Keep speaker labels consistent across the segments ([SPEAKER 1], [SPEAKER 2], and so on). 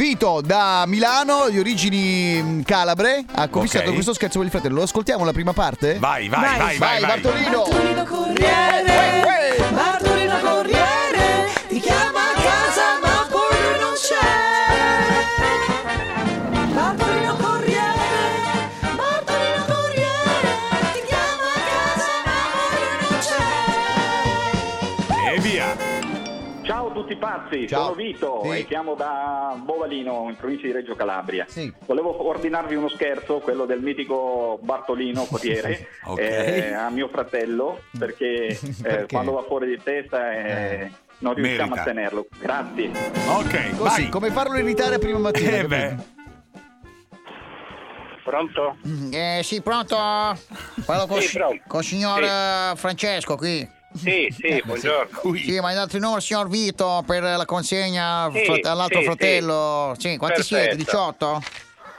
[SPEAKER 1] Vito da Milano, di origini mh, calabre, ha commissato
[SPEAKER 2] Ok.
[SPEAKER 1] questo scherzo per il fratello. Lo ascoltiamo la prima parte?
[SPEAKER 2] Vai, vai, vai, vai,
[SPEAKER 1] Vai,
[SPEAKER 2] vai.
[SPEAKER 1] Bartolino!
[SPEAKER 3] Bartolino Corriere, Bartolino Corriere, ti chiama a casa ma poi lui non c'è. Bartolino Corriere, Bartolino Corriere, ti chiama a casa ma poi lui non c'è.
[SPEAKER 2] E via.
[SPEAKER 4] Ciao a tutti pazzi,
[SPEAKER 1] Ciao.
[SPEAKER 4] sono Vito
[SPEAKER 1] Sì.
[SPEAKER 4] e chiamo da Bovalino in provincia di Reggio Calabria.
[SPEAKER 1] Sì.
[SPEAKER 4] Volevo ordinarvi uno scherzo, quello del mitico Bartolino Cotiere
[SPEAKER 2] Ok.
[SPEAKER 4] eh, a mio fratello, perché, eh,
[SPEAKER 1] Perché?
[SPEAKER 4] quando va fuori di testa eh, non riusciamo
[SPEAKER 2] Merita.
[SPEAKER 4] a tenerlo. Grazie.
[SPEAKER 2] Ok,
[SPEAKER 1] Così,
[SPEAKER 2] vai.
[SPEAKER 1] come farlo irritare prima mattina?
[SPEAKER 2] Eh
[SPEAKER 1] capito?
[SPEAKER 2] beh.
[SPEAKER 5] Pronto?
[SPEAKER 6] Mm, Eh, sì, pronto? Parlo con,
[SPEAKER 5] Sì,
[SPEAKER 6] si-
[SPEAKER 5] pronto.
[SPEAKER 6] con il signor eh, Francesco qui.
[SPEAKER 5] Sì, sì, buongiorno.
[SPEAKER 2] Qui.
[SPEAKER 6] Sì, ma in altri numero il signor Vito per la consegna
[SPEAKER 5] Sì,
[SPEAKER 6] fra- all'altro
[SPEAKER 5] sì,
[SPEAKER 6] fratello. Sì, quanti siete?
[SPEAKER 5] Perfetto.
[SPEAKER 6] 18?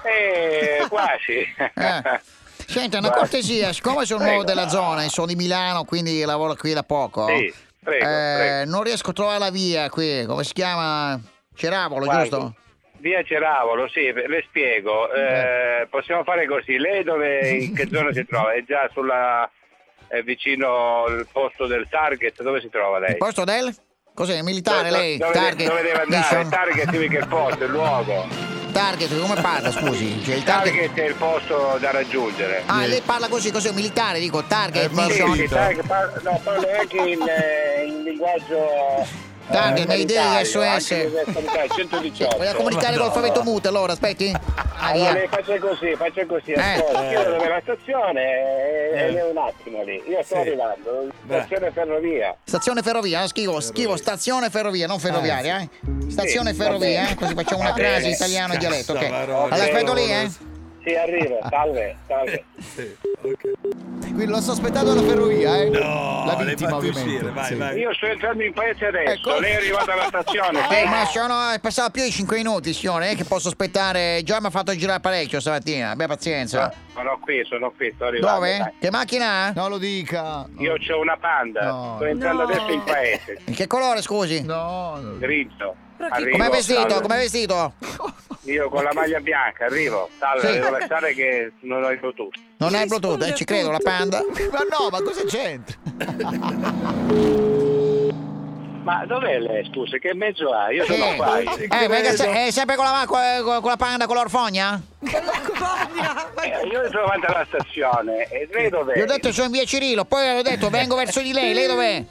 [SPEAKER 5] Eh, quasi.
[SPEAKER 6] Eh. Senti, una
[SPEAKER 5] Guarda.
[SPEAKER 6] cortesia, siccome sono nuovo
[SPEAKER 5] Prego.
[SPEAKER 6] della zona, e sono di Milano, quindi lavoro qui da poco.
[SPEAKER 5] Sì, prego,
[SPEAKER 6] eh,
[SPEAKER 5] prego.
[SPEAKER 6] Non riesco a trovare la via qui, come si chiama? Ceravolo,
[SPEAKER 5] Guardi,
[SPEAKER 6] giusto?
[SPEAKER 5] Via Ceravolo, sì, le spiego. Eh, possiamo fare così. Lei dove, in che zona si trova? È già sulla, è vicino al posto del target? Dove si trova lei?
[SPEAKER 6] Il posto del? Cos'è? Militare
[SPEAKER 5] Dove-
[SPEAKER 6] lei?
[SPEAKER 5] dove,
[SPEAKER 6] target?
[SPEAKER 5] dove deve andare?
[SPEAKER 6] Mission?
[SPEAKER 5] Target significa il posto, il luogo.
[SPEAKER 6] Target, come parla, scusi? Cioè, il target...
[SPEAKER 5] Target è il posto da raggiungere.
[SPEAKER 6] Ah, lei parla così, cos'è un militare? Dico, target,
[SPEAKER 2] Eh, ma
[SPEAKER 5] Sì,
[SPEAKER 6] mission.
[SPEAKER 5] sì, target, par- no, parlo anche in, eh, in linguaggio. eh,
[SPEAKER 6] Target, nei idee
[SPEAKER 5] sanitario,
[SPEAKER 6] SOS.
[SPEAKER 5] anche in sanitario, 118.
[SPEAKER 6] Vogliamo comunicare con l'alfabeto mute allora, aspetti? Ah,
[SPEAKER 5] Allora,
[SPEAKER 6] via.
[SPEAKER 5] faccio così, faccio così,
[SPEAKER 6] Eh.
[SPEAKER 5] ascolta, io ero nella stazione e
[SPEAKER 2] Eh.
[SPEAKER 5] e è un attimo lì, io sto
[SPEAKER 2] Sì.
[SPEAKER 5] arrivando, eh. stazione ferrovia.
[SPEAKER 6] Stazione ferrovia, eh, scrivo, scrivo stazione ferrovia, non ferroviaria, eh. Stazione
[SPEAKER 5] Ah, Sì, Ah, va
[SPEAKER 6] ferrovia,
[SPEAKER 5] bene.
[SPEAKER 6] eh, così facciamo una
[SPEAKER 5] Va bene.
[SPEAKER 6] crasi italiano e dialetto, ok.
[SPEAKER 2] Cazzavarone.
[SPEAKER 6] Allora aspetto lì, eh.
[SPEAKER 5] Sì, arrivo, salve, salve.
[SPEAKER 2] Sì, ok.
[SPEAKER 1] Quindi lo sto aspettando alla ferrovia, eh?
[SPEAKER 2] No,
[SPEAKER 1] la
[SPEAKER 2] le
[SPEAKER 1] vittima
[SPEAKER 2] fate
[SPEAKER 1] ovviamente.
[SPEAKER 2] uscire, vai,
[SPEAKER 1] Sì.
[SPEAKER 2] vai.
[SPEAKER 5] Io sto entrando in paese adesso,
[SPEAKER 1] Ecco.
[SPEAKER 5] lei è arrivata alla stazione,
[SPEAKER 6] Eh,
[SPEAKER 5] sì?
[SPEAKER 6] ma sono, è passato più di 5 minuti, signore, eh, che posso aspettare. Già mi ha fatto girare parecchio stamattina, abbia pazienza.
[SPEAKER 5] Ah, Sono qui, sono qui, sto arrivando.
[SPEAKER 6] Dove?
[SPEAKER 5] dai.
[SPEAKER 6] Che macchina? ha?
[SPEAKER 1] No, lo dica.
[SPEAKER 5] Io ho una panda,
[SPEAKER 1] No.
[SPEAKER 5] sto entrando adesso in paese,
[SPEAKER 6] In che colore, scusi?
[SPEAKER 1] No, no.
[SPEAKER 5] dritto. Arrivo,
[SPEAKER 6] Com'è vestito?
[SPEAKER 5] salve.
[SPEAKER 6] Com'è vestito?
[SPEAKER 5] Io con la maglia bianca, arrivo, salve,
[SPEAKER 6] Sì.
[SPEAKER 5] devo lasciare che non ho il bluetooth.
[SPEAKER 6] Non è il Bluetooth, eh, ci credo, la panda.
[SPEAKER 1] Ma no, ma cosa c'entra?
[SPEAKER 5] Ma dov'è lei, scusa, che mezzo ha? Io sono
[SPEAKER 6] Sì.
[SPEAKER 5] qua.
[SPEAKER 2] Ci
[SPEAKER 6] Eh, ma che
[SPEAKER 2] credo.
[SPEAKER 6] se- è sempre con la, eh, con, con la panda con l'orfogna?
[SPEAKER 5] Eh, Io sono davanti alla stazione e lei dov'è?
[SPEAKER 6] Gli ho detto sono in via Cirillo, poi ho detto vengo verso di lei, lei dov'è?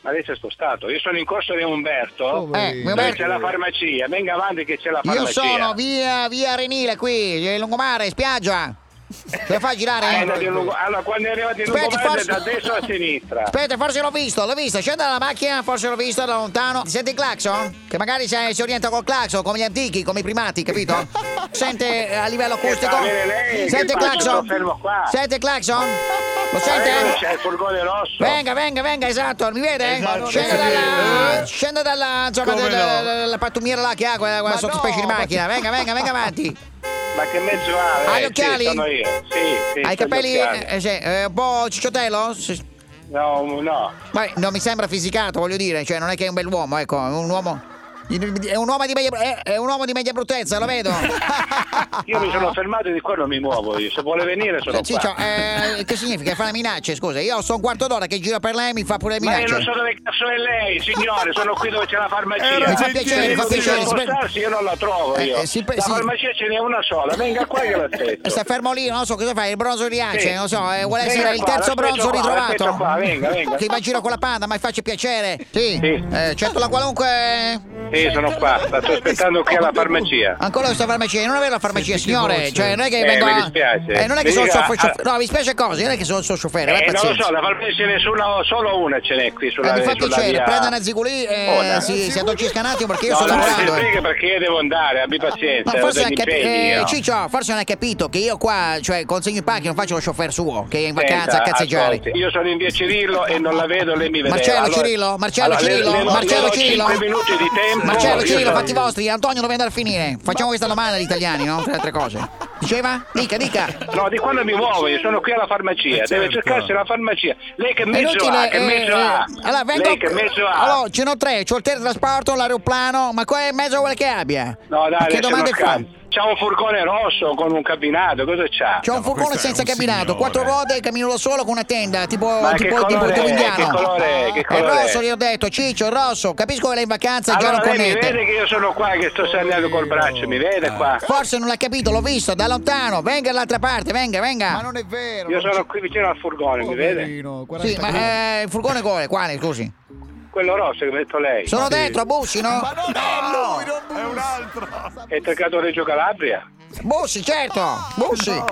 [SPEAKER 5] Ma lei si è spostato. Io sono in corso di Umberto.
[SPEAKER 1] Come?
[SPEAKER 6] Eh,
[SPEAKER 1] Dai,
[SPEAKER 6] mio
[SPEAKER 5] Dove
[SPEAKER 6] Umberto-
[SPEAKER 5] c'è la farmacia? Venga avanti che c'è la
[SPEAKER 6] Io
[SPEAKER 5] farmacia.
[SPEAKER 6] sono via, via Renile qui, eh, lungomare, spiaggia. Devo far
[SPEAKER 5] Eh,
[SPEAKER 6] girare?
[SPEAKER 5] da- di Lungo- Allora, quando è arrivato in
[SPEAKER 6] Aspetta,
[SPEAKER 5] Lungomare,
[SPEAKER 6] forse-
[SPEAKER 5] da destra a sinistra.
[SPEAKER 6] Aspetta, forse l'ho visto, l'ho visto, scende dalla macchina, forse l'ho visto da lontano. Sente il clacson? Che magari se- si orienta col clacson, come gli antichi, come i primati, capito? Sente eh, a livello acustico?
[SPEAKER 5] fa bene lei,
[SPEAKER 6] Sente
[SPEAKER 5] che
[SPEAKER 6] il
[SPEAKER 5] faccio?
[SPEAKER 6] clacson?
[SPEAKER 5] Sto fermo qua.
[SPEAKER 6] Sente il clacson? Lo sente?
[SPEAKER 5] Eh, c'è il furgone rosso.
[SPEAKER 6] Venga, venga, venga, esatto, mi vede?
[SPEAKER 1] Esatto,
[SPEAKER 6] scende,
[SPEAKER 1] sì.
[SPEAKER 6] dalla,
[SPEAKER 1] Eh.
[SPEAKER 6] scende dalla, insomma,
[SPEAKER 2] Come
[SPEAKER 6] da- da-
[SPEAKER 2] no?
[SPEAKER 6] da- dalla pattumiera là che ha, quella, quella
[SPEAKER 1] Ma
[SPEAKER 6] sottospecie
[SPEAKER 1] no,
[SPEAKER 6] di
[SPEAKER 1] ma-
[SPEAKER 6] macchina. Venga, venga, venga avanti.
[SPEAKER 5] Ma che mezzo ha?
[SPEAKER 6] Hai
[SPEAKER 5] lei?
[SPEAKER 6] gli occhiali?
[SPEAKER 5] Sì, sono io. Sì,
[SPEAKER 6] Hai
[SPEAKER 5] sì,
[SPEAKER 6] i
[SPEAKER 5] c'ho gli
[SPEAKER 6] capelli
[SPEAKER 5] occhiali.
[SPEAKER 6] eh, sì, eh, un po' cicciottello? Sì.
[SPEAKER 5] No, no.
[SPEAKER 6] Ma non mi sembra fisicato, voglio dire, cioè non è che è un bell'uomo, ecco, è un uomo... È un uomo di media, è- è un uomo di media bruttezza, lo vedo. Cioè,
[SPEAKER 5] Io mi sono fermato e di qua non mi muovo io. Se vuole venire sono
[SPEAKER 6] Ciccio,
[SPEAKER 5] qua.
[SPEAKER 6] eh, che significa? Fa le minacce, scusa. Io sto un quarto d'ora che giro per lei e mi fa pure le
[SPEAKER 5] Ma io
[SPEAKER 6] minacce.
[SPEAKER 5] non so dove cazzo è lei, signore, sono qui dove c'è la farmacia. Eh,
[SPEAKER 2] Era
[SPEAKER 6] Mi Eh, fa
[SPEAKER 2] gentile,
[SPEAKER 6] piacere, mi fa
[SPEAKER 5] Se
[SPEAKER 6] piacere.
[SPEAKER 5] deve
[SPEAKER 6] Aspetta-
[SPEAKER 5] spostarsi io non la trovo
[SPEAKER 6] Eh,
[SPEAKER 5] io.
[SPEAKER 6] eh, sì,
[SPEAKER 5] la
[SPEAKER 6] sì.
[SPEAKER 5] farmacia ce n'è una sola, venga qua che l'aspetto.
[SPEAKER 6] Sta fermo lì, non so cosa fai, il bronzo di Riace,
[SPEAKER 5] Sì.
[SPEAKER 6] non so, eh, vuole
[SPEAKER 5] Venga
[SPEAKER 6] essere il
[SPEAKER 5] qua,
[SPEAKER 6] terzo
[SPEAKER 5] l'aspetto
[SPEAKER 6] bronzo
[SPEAKER 5] qua,
[SPEAKER 6] ritrovato.
[SPEAKER 5] l'aspetto qua, venga, venga.
[SPEAKER 6] Che va in giro con la panda, ma mi faccia piacere. Sì,
[SPEAKER 5] Sì.
[SPEAKER 6] Eh, certo la qualunque...
[SPEAKER 5] Sì, sono qua, la sto aspettando qui alla farmacia.
[SPEAKER 6] Ancora questa farmacia, non è vera la farmacia,
[SPEAKER 2] Senti che
[SPEAKER 6] signore.
[SPEAKER 2] voce.
[SPEAKER 6] Cioè, non è che
[SPEAKER 5] Eh,
[SPEAKER 6] vengo
[SPEAKER 5] mi
[SPEAKER 6] a-
[SPEAKER 5] dispiace.
[SPEAKER 6] Eh, non è che
[SPEAKER 5] Mi
[SPEAKER 6] sono il
[SPEAKER 5] dica-
[SPEAKER 6] suo scioff-
[SPEAKER 5] ah-
[SPEAKER 6] No, mi spiace cose, non è che sono il suo scioffere,
[SPEAKER 5] Eh,
[SPEAKER 6] abbia
[SPEAKER 5] non lo
[SPEAKER 6] pazienza.
[SPEAKER 5] so, la farmacia ce n'è solo, solo una ce n'è qui
[SPEAKER 6] Eh,
[SPEAKER 5] sulla,
[SPEAKER 6] mi fa
[SPEAKER 5] sulla
[SPEAKER 6] piacere,
[SPEAKER 5] via.
[SPEAKER 6] prenda una zigulì e
[SPEAKER 5] Oh, dai.
[SPEAKER 6] si, si addolcisca un attimo perché io
[SPEAKER 5] No,
[SPEAKER 6] sto
[SPEAKER 5] no, non si
[SPEAKER 6] lavorando. eh.
[SPEAKER 5] frega perché io devo andare, abbi
[SPEAKER 6] Ma
[SPEAKER 5] pazienza, ho
[SPEAKER 6] forse
[SPEAKER 5] degli
[SPEAKER 6] non, ha capi-
[SPEAKER 5] impegni,
[SPEAKER 6] eh,
[SPEAKER 5] no.
[SPEAKER 6] Ciccio, forse non hai capito che io qua, cioè, consegno i pacchi, non faccio lo chauffeur suo, che è in vacanza
[SPEAKER 5] Senta,
[SPEAKER 6] a cazzeggiare.
[SPEAKER 5] ascolti, Io sono in via Cirillo e non la vedo, lei mi vede.
[SPEAKER 6] Marcello Cirillo? Marcello Cirillo?
[SPEAKER 5] le- le-
[SPEAKER 6] Marcello
[SPEAKER 5] le do
[SPEAKER 6] Cirillo?
[SPEAKER 5] cinque minuti di
[SPEAKER 2] Cosa
[SPEAKER 6] Marcello,
[SPEAKER 2] vuoi?
[SPEAKER 6] Cirilo, fatti vostri, Antonio dove andare a finire? Facciamo questa domanda agli italiani, no? Tra le altre cose. Diceva? Dica, dica.
[SPEAKER 5] No, di quando mi muovo, io sono qui alla farmacia,
[SPEAKER 2] Eh,
[SPEAKER 5] deve
[SPEAKER 2] certo.
[SPEAKER 5] cercarsi la farmacia. Lei che
[SPEAKER 6] È
[SPEAKER 5] mezzo ha? Che
[SPEAKER 6] eh,
[SPEAKER 5] mezzo
[SPEAKER 6] eh,
[SPEAKER 5] ha?
[SPEAKER 6] Allora, vengo.
[SPEAKER 5] Lei che mezzo ha?
[SPEAKER 6] Allora, ce n'ho tre, c'ho il teletrasporto, l'aeroplano, ma qua è mezzo vuole che abbia.
[SPEAKER 5] No,
[SPEAKER 6] ma
[SPEAKER 5] dai,
[SPEAKER 6] che
[SPEAKER 5] adesso non
[SPEAKER 6] domande fa?
[SPEAKER 5] scherzo. C'ha un furgone rosso con un cabinato, cosa c'ha?
[SPEAKER 6] C'ho un
[SPEAKER 2] ma
[SPEAKER 6] furgone
[SPEAKER 2] questo è
[SPEAKER 6] senza
[SPEAKER 2] un
[SPEAKER 6] cabinato,
[SPEAKER 2] signore.
[SPEAKER 6] quattro ruote, cammino da solo con una tenda, tipo
[SPEAKER 5] Ma che
[SPEAKER 6] tipo tipo
[SPEAKER 5] colore
[SPEAKER 6] tipo
[SPEAKER 5] è?
[SPEAKER 6] indiano.
[SPEAKER 5] Che colore è? Che
[SPEAKER 6] È
[SPEAKER 5] colore è?
[SPEAKER 6] rosso, gli ho detto, Ciccio, è rosso. Capisco che lei è in vacanza e già
[SPEAKER 5] Allora
[SPEAKER 6] non
[SPEAKER 5] lei mi
[SPEAKER 6] connette.
[SPEAKER 5] vede che io sono qua, che sto segnando col braccio, mi
[SPEAKER 6] Ah.
[SPEAKER 5] vede qua?
[SPEAKER 6] Forse non l'ha capito, l'ho visto da lontano. Venga dall'altra parte, venga,
[SPEAKER 2] Ah.
[SPEAKER 6] venga.
[SPEAKER 1] Ma non è vero. non
[SPEAKER 5] Io sono
[SPEAKER 1] c'è-
[SPEAKER 5] qui vicino al furgone,
[SPEAKER 6] Oh,
[SPEAKER 5] mi vede?
[SPEAKER 1] Poverino, 40
[SPEAKER 6] Sì, ma eh, il furgone quale? Quale, scusi?
[SPEAKER 5] Quello rosso che metto lei.
[SPEAKER 6] Sono dentro, Bussi, no?
[SPEAKER 1] Ma non è lui, non
[SPEAKER 2] È un altro.
[SPEAKER 5] È toccato Reggio Calabria?
[SPEAKER 6] Bussi, certo! Bussi!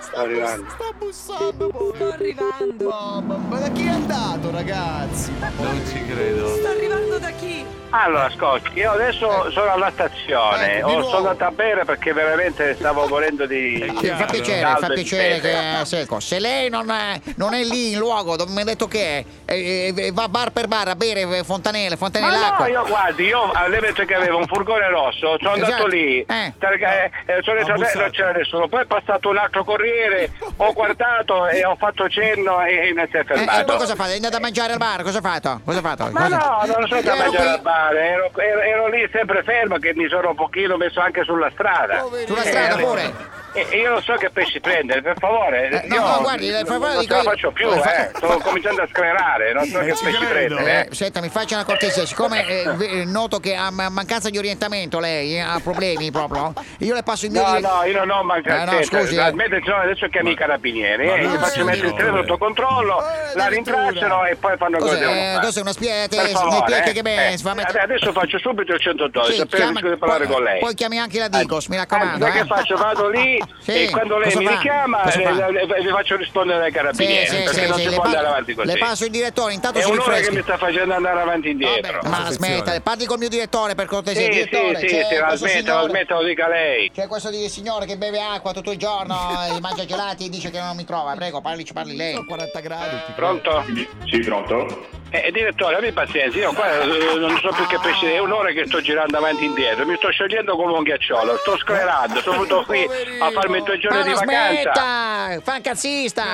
[SPEAKER 5] Sta arrivando.
[SPEAKER 1] Sta bussando,
[SPEAKER 3] Sto arrivando.
[SPEAKER 1] Mamma, ma da chi è andato, ragazzi?
[SPEAKER 2] Non ci credo.
[SPEAKER 3] Sto arrivando da chi?
[SPEAKER 5] Allora, ascolti, io
[SPEAKER 6] Eh.
[SPEAKER 5] adesso sono alla stazione,
[SPEAKER 1] Ecco, di
[SPEAKER 5] ho
[SPEAKER 1] nuovo.
[SPEAKER 5] sono andato a bere perché veramente stavo morendo di...
[SPEAKER 2] È
[SPEAKER 6] Eh, Sì, Fa
[SPEAKER 2] Chiaro.
[SPEAKER 6] piacere,
[SPEAKER 5] Caldo
[SPEAKER 6] fa
[SPEAKER 5] e
[SPEAKER 6] piacere
[SPEAKER 5] difese.
[SPEAKER 6] che eh, secco. Se lei non è, non è lì in luogo dove mi ha detto che è, e- e- e va bar per bar a bere eh, fontanelle, fontanelle
[SPEAKER 5] Ma no,
[SPEAKER 6] d'acqua.
[SPEAKER 5] io guardi, io alle volte che avevo un furgone rosso, sono
[SPEAKER 6] Esatto.
[SPEAKER 5] andato lì,
[SPEAKER 6] Eh.
[SPEAKER 5] perché eh, sono entrato e non
[SPEAKER 2] bussato.
[SPEAKER 5] c'era nessuno, poi è passato un altro corriere, ho guardato e ho fatto cenno e, e mi si è
[SPEAKER 6] Eh,
[SPEAKER 5] fermato.
[SPEAKER 6] e poi cosa fate? È andato a mangiare al bar? Cosa ha fatto? Cosa ha fatto?
[SPEAKER 5] Ma
[SPEAKER 6] Cosa-
[SPEAKER 5] no, non sono andato a
[SPEAKER 6] Ero
[SPEAKER 5] mangiare
[SPEAKER 6] qui-
[SPEAKER 5] al bar, ero, ero- ero lì sempre fermo che mi sono un pochino messo anche sulla strada.
[SPEAKER 6] Sulla strada
[SPEAKER 5] Eh,
[SPEAKER 6] pure?
[SPEAKER 5] E e io non so che pesci prendere, per favore.
[SPEAKER 6] Eh, no,
[SPEAKER 5] io
[SPEAKER 6] no, guardi, per favore,
[SPEAKER 5] non ce
[SPEAKER 6] dico
[SPEAKER 5] la
[SPEAKER 6] io.
[SPEAKER 5] faccio più,
[SPEAKER 6] Eh, fa-
[SPEAKER 5] eh. Sto cominciando a sclerare, non so che
[SPEAKER 2] ci
[SPEAKER 5] pesci
[SPEAKER 2] credo.
[SPEAKER 5] prendere.
[SPEAKER 6] Eh, senta, mi faccia una cortesia, siccome eh, ve- noto che ha ma- mancanza di orientamento lei eh, ha problemi proprio, io le passo il mio
[SPEAKER 5] No,
[SPEAKER 6] dire-
[SPEAKER 5] no, io non ho
[SPEAKER 6] Eh,
[SPEAKER 5] mancato.
[SPEAKER 6] no, scusi, eh.
[SPEAKER 5] adesso chiami i carabinieri, eh, gli
[SPEAKER 2] non
[SPEAKER 5] faccio
[SPEAKER 2] so,
[SPEAKER 5] mettere il
[SPEAKER 2] no,
[SPEAKER 5] treno
[SPEAKER 2] eh.
[SPEAKER 5] sotto controllo,
[SPEAKER 1] Eh,
[SPEAKER 5] la
[SPEAKER 1] addirittura.
[SPEAKER 5] rintracciano e poi fanno così.
[SPEAKER 6] Cos'è, eh, cos'è, una spia- te-
[SPEAKER 5] Per favore,
[SPEAKER 6] nei pieche
[SPEAKER 5] eh.
[SPEAKER 6] che ben-
[SPEAKER 5] Eh,
[SPEAKER 6] fa-
[SPEAKER 5] vabbè, Adesso faccio subito il 112,
[SPEAKER 6] Sì,
[SPEAKER 5] appena
[SPEAKER 6] chiama-
[SPEAKER 5] riesco di parlare
[SPEAKER 6] poi-
[SPEAKER 5] con lei.
[SPEAKER 6] Poi chiami anche la Digos, mi
[SPEAKER 5] Anzi,
[SPEAKER 6] raccomando.
[SPEAKER 5] sai
[SPEAKER 6] eh.
[SPEAKER 5] che faccio? Vado lì
[SPEAKER 6] Sì,
[SPEAKER 5] e quando lei
[SPEAKER 6] cosa
[SPEAKER 5] mi
[SPEAKER 6] fa?
[SPEAKER 5] richiama
[SPEAKER 6] Cosa fa?
[SPEAKER 5] eh, eh, vi faccio rispondere ai
[SPEAKER 6] Sì,
[SPEAKER 5] carabinieri
[SPEAKER 6] sì,
[SPEAKER 5] perché
[SPEAKER 6] sì,
[SPEAKER 5] non
[SPEAKER 6] sì,
[SPEAKER 5] si
[SPEAKER 6] le
[SPEAKER 5] può
[SPEAKER 6] pa-
[SPEAKER 5] andare avanti così.
[SPEAKER 6] Le passo il direttore, intanto
[SPEAKER 5] È
[SPEAKER 6] si
[SPEAKER 5] un'ora che
[SPEAKER 6] rinfreschi.
[SPEAKER 5] mi sta facendo andare avanti e indietro.
[SPEAKER 6] Vabbè, ma smettila, parli col mio direttore per cortesia.
[SPEAKER 5] Sì, sì,
[SPEAKER 6] direttore,
[SPEAKER 5] sì,
[SPEAKER 6] c'è
[SPEAKER 5] sì, la
[SPEAKER 6] questo
[SPEAKER 5] smetta, la
[SPEAKER 6] signore-
[SPEAKER 5] smetta, lo dica lei.
[SPEAKER 6] C'è questo di- signore che beve acqua tutto il giorno, e mangia gelati e dice che non mi trova. Prego, parli, ci parli lei.
[SPEAKER 1] 40 gradi.
[SPEAKER 5] Pronto?
[SPEAKER 7] Sì, pronto?
[SPEAKER 5] Eh, direttore, abbi pazienza, io qua eh, non so più che pesce, è un'ora che sto girando avanti e indietro, mi sto sciogliendo come un ghiacciolo, sto sclerando, sono venuto qui a farmi due giorni
[SPEAKER 6] Ma
[SPEAKER 5] di
[SPEAKER 6] la
[SPEAKER 5] vacanza.
[SPEAKER 6] smetta! Fa il cazzista!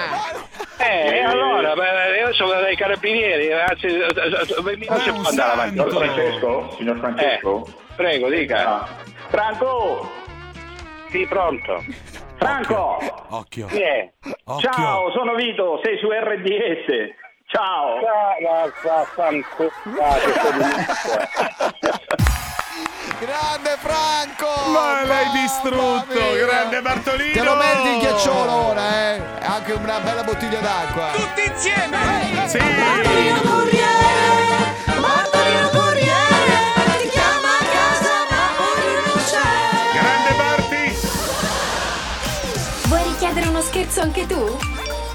[SPEAKER 5] Eh, e allora, beh, io sono dai carabinieri, ragazzi, eh, eh, eh, non si può andare avanti.
[SPEAKER 7] Signor
[SPEAKER 5] così.
[SPEAKER 7] Francesco? Signor
[SPEAKER 5] Eh,
[SPEAKER 7] Francesco?
[SPEAKER 5] prego, dica.
[SPEAKER 7] Ah. Franco!
[SPEAKER 5] Sì, pronto.
[SPEAKER 7] Franco!
[SPEAKER 2] Occhio.
[SPEAKER 5] Chi è?
[SPEAKER 2] Occhio.
[SPEAKER 7] Ciao, sono Vito, sei su RDS. Ciao!
[SPEAKER 5] Ah,
[SPEAKER 1] Grande Franco!
[SPEAKER 2] Ma l'hai
[SPEAKER 1] Mamma
[SPEAKER 2] distrutto,
[SPEAKER 1] mia!
[SPEAKER 2] grande Bartolino!
[SPEAKER 1] Te lo meriti il ghiacciolo ora, eh! E Anche una bella bottiglia d'acqua!
[SPEAKER 2] Sì.
[SPEAKER 3] Bartolino Corriere, Bartolino Corriere, ti chiama a casa ma poi non c'è.
[SPEAKER 2] Grande Barti.
[SPEAKER 8] Vuoi richiedere uno scherzo anche tu?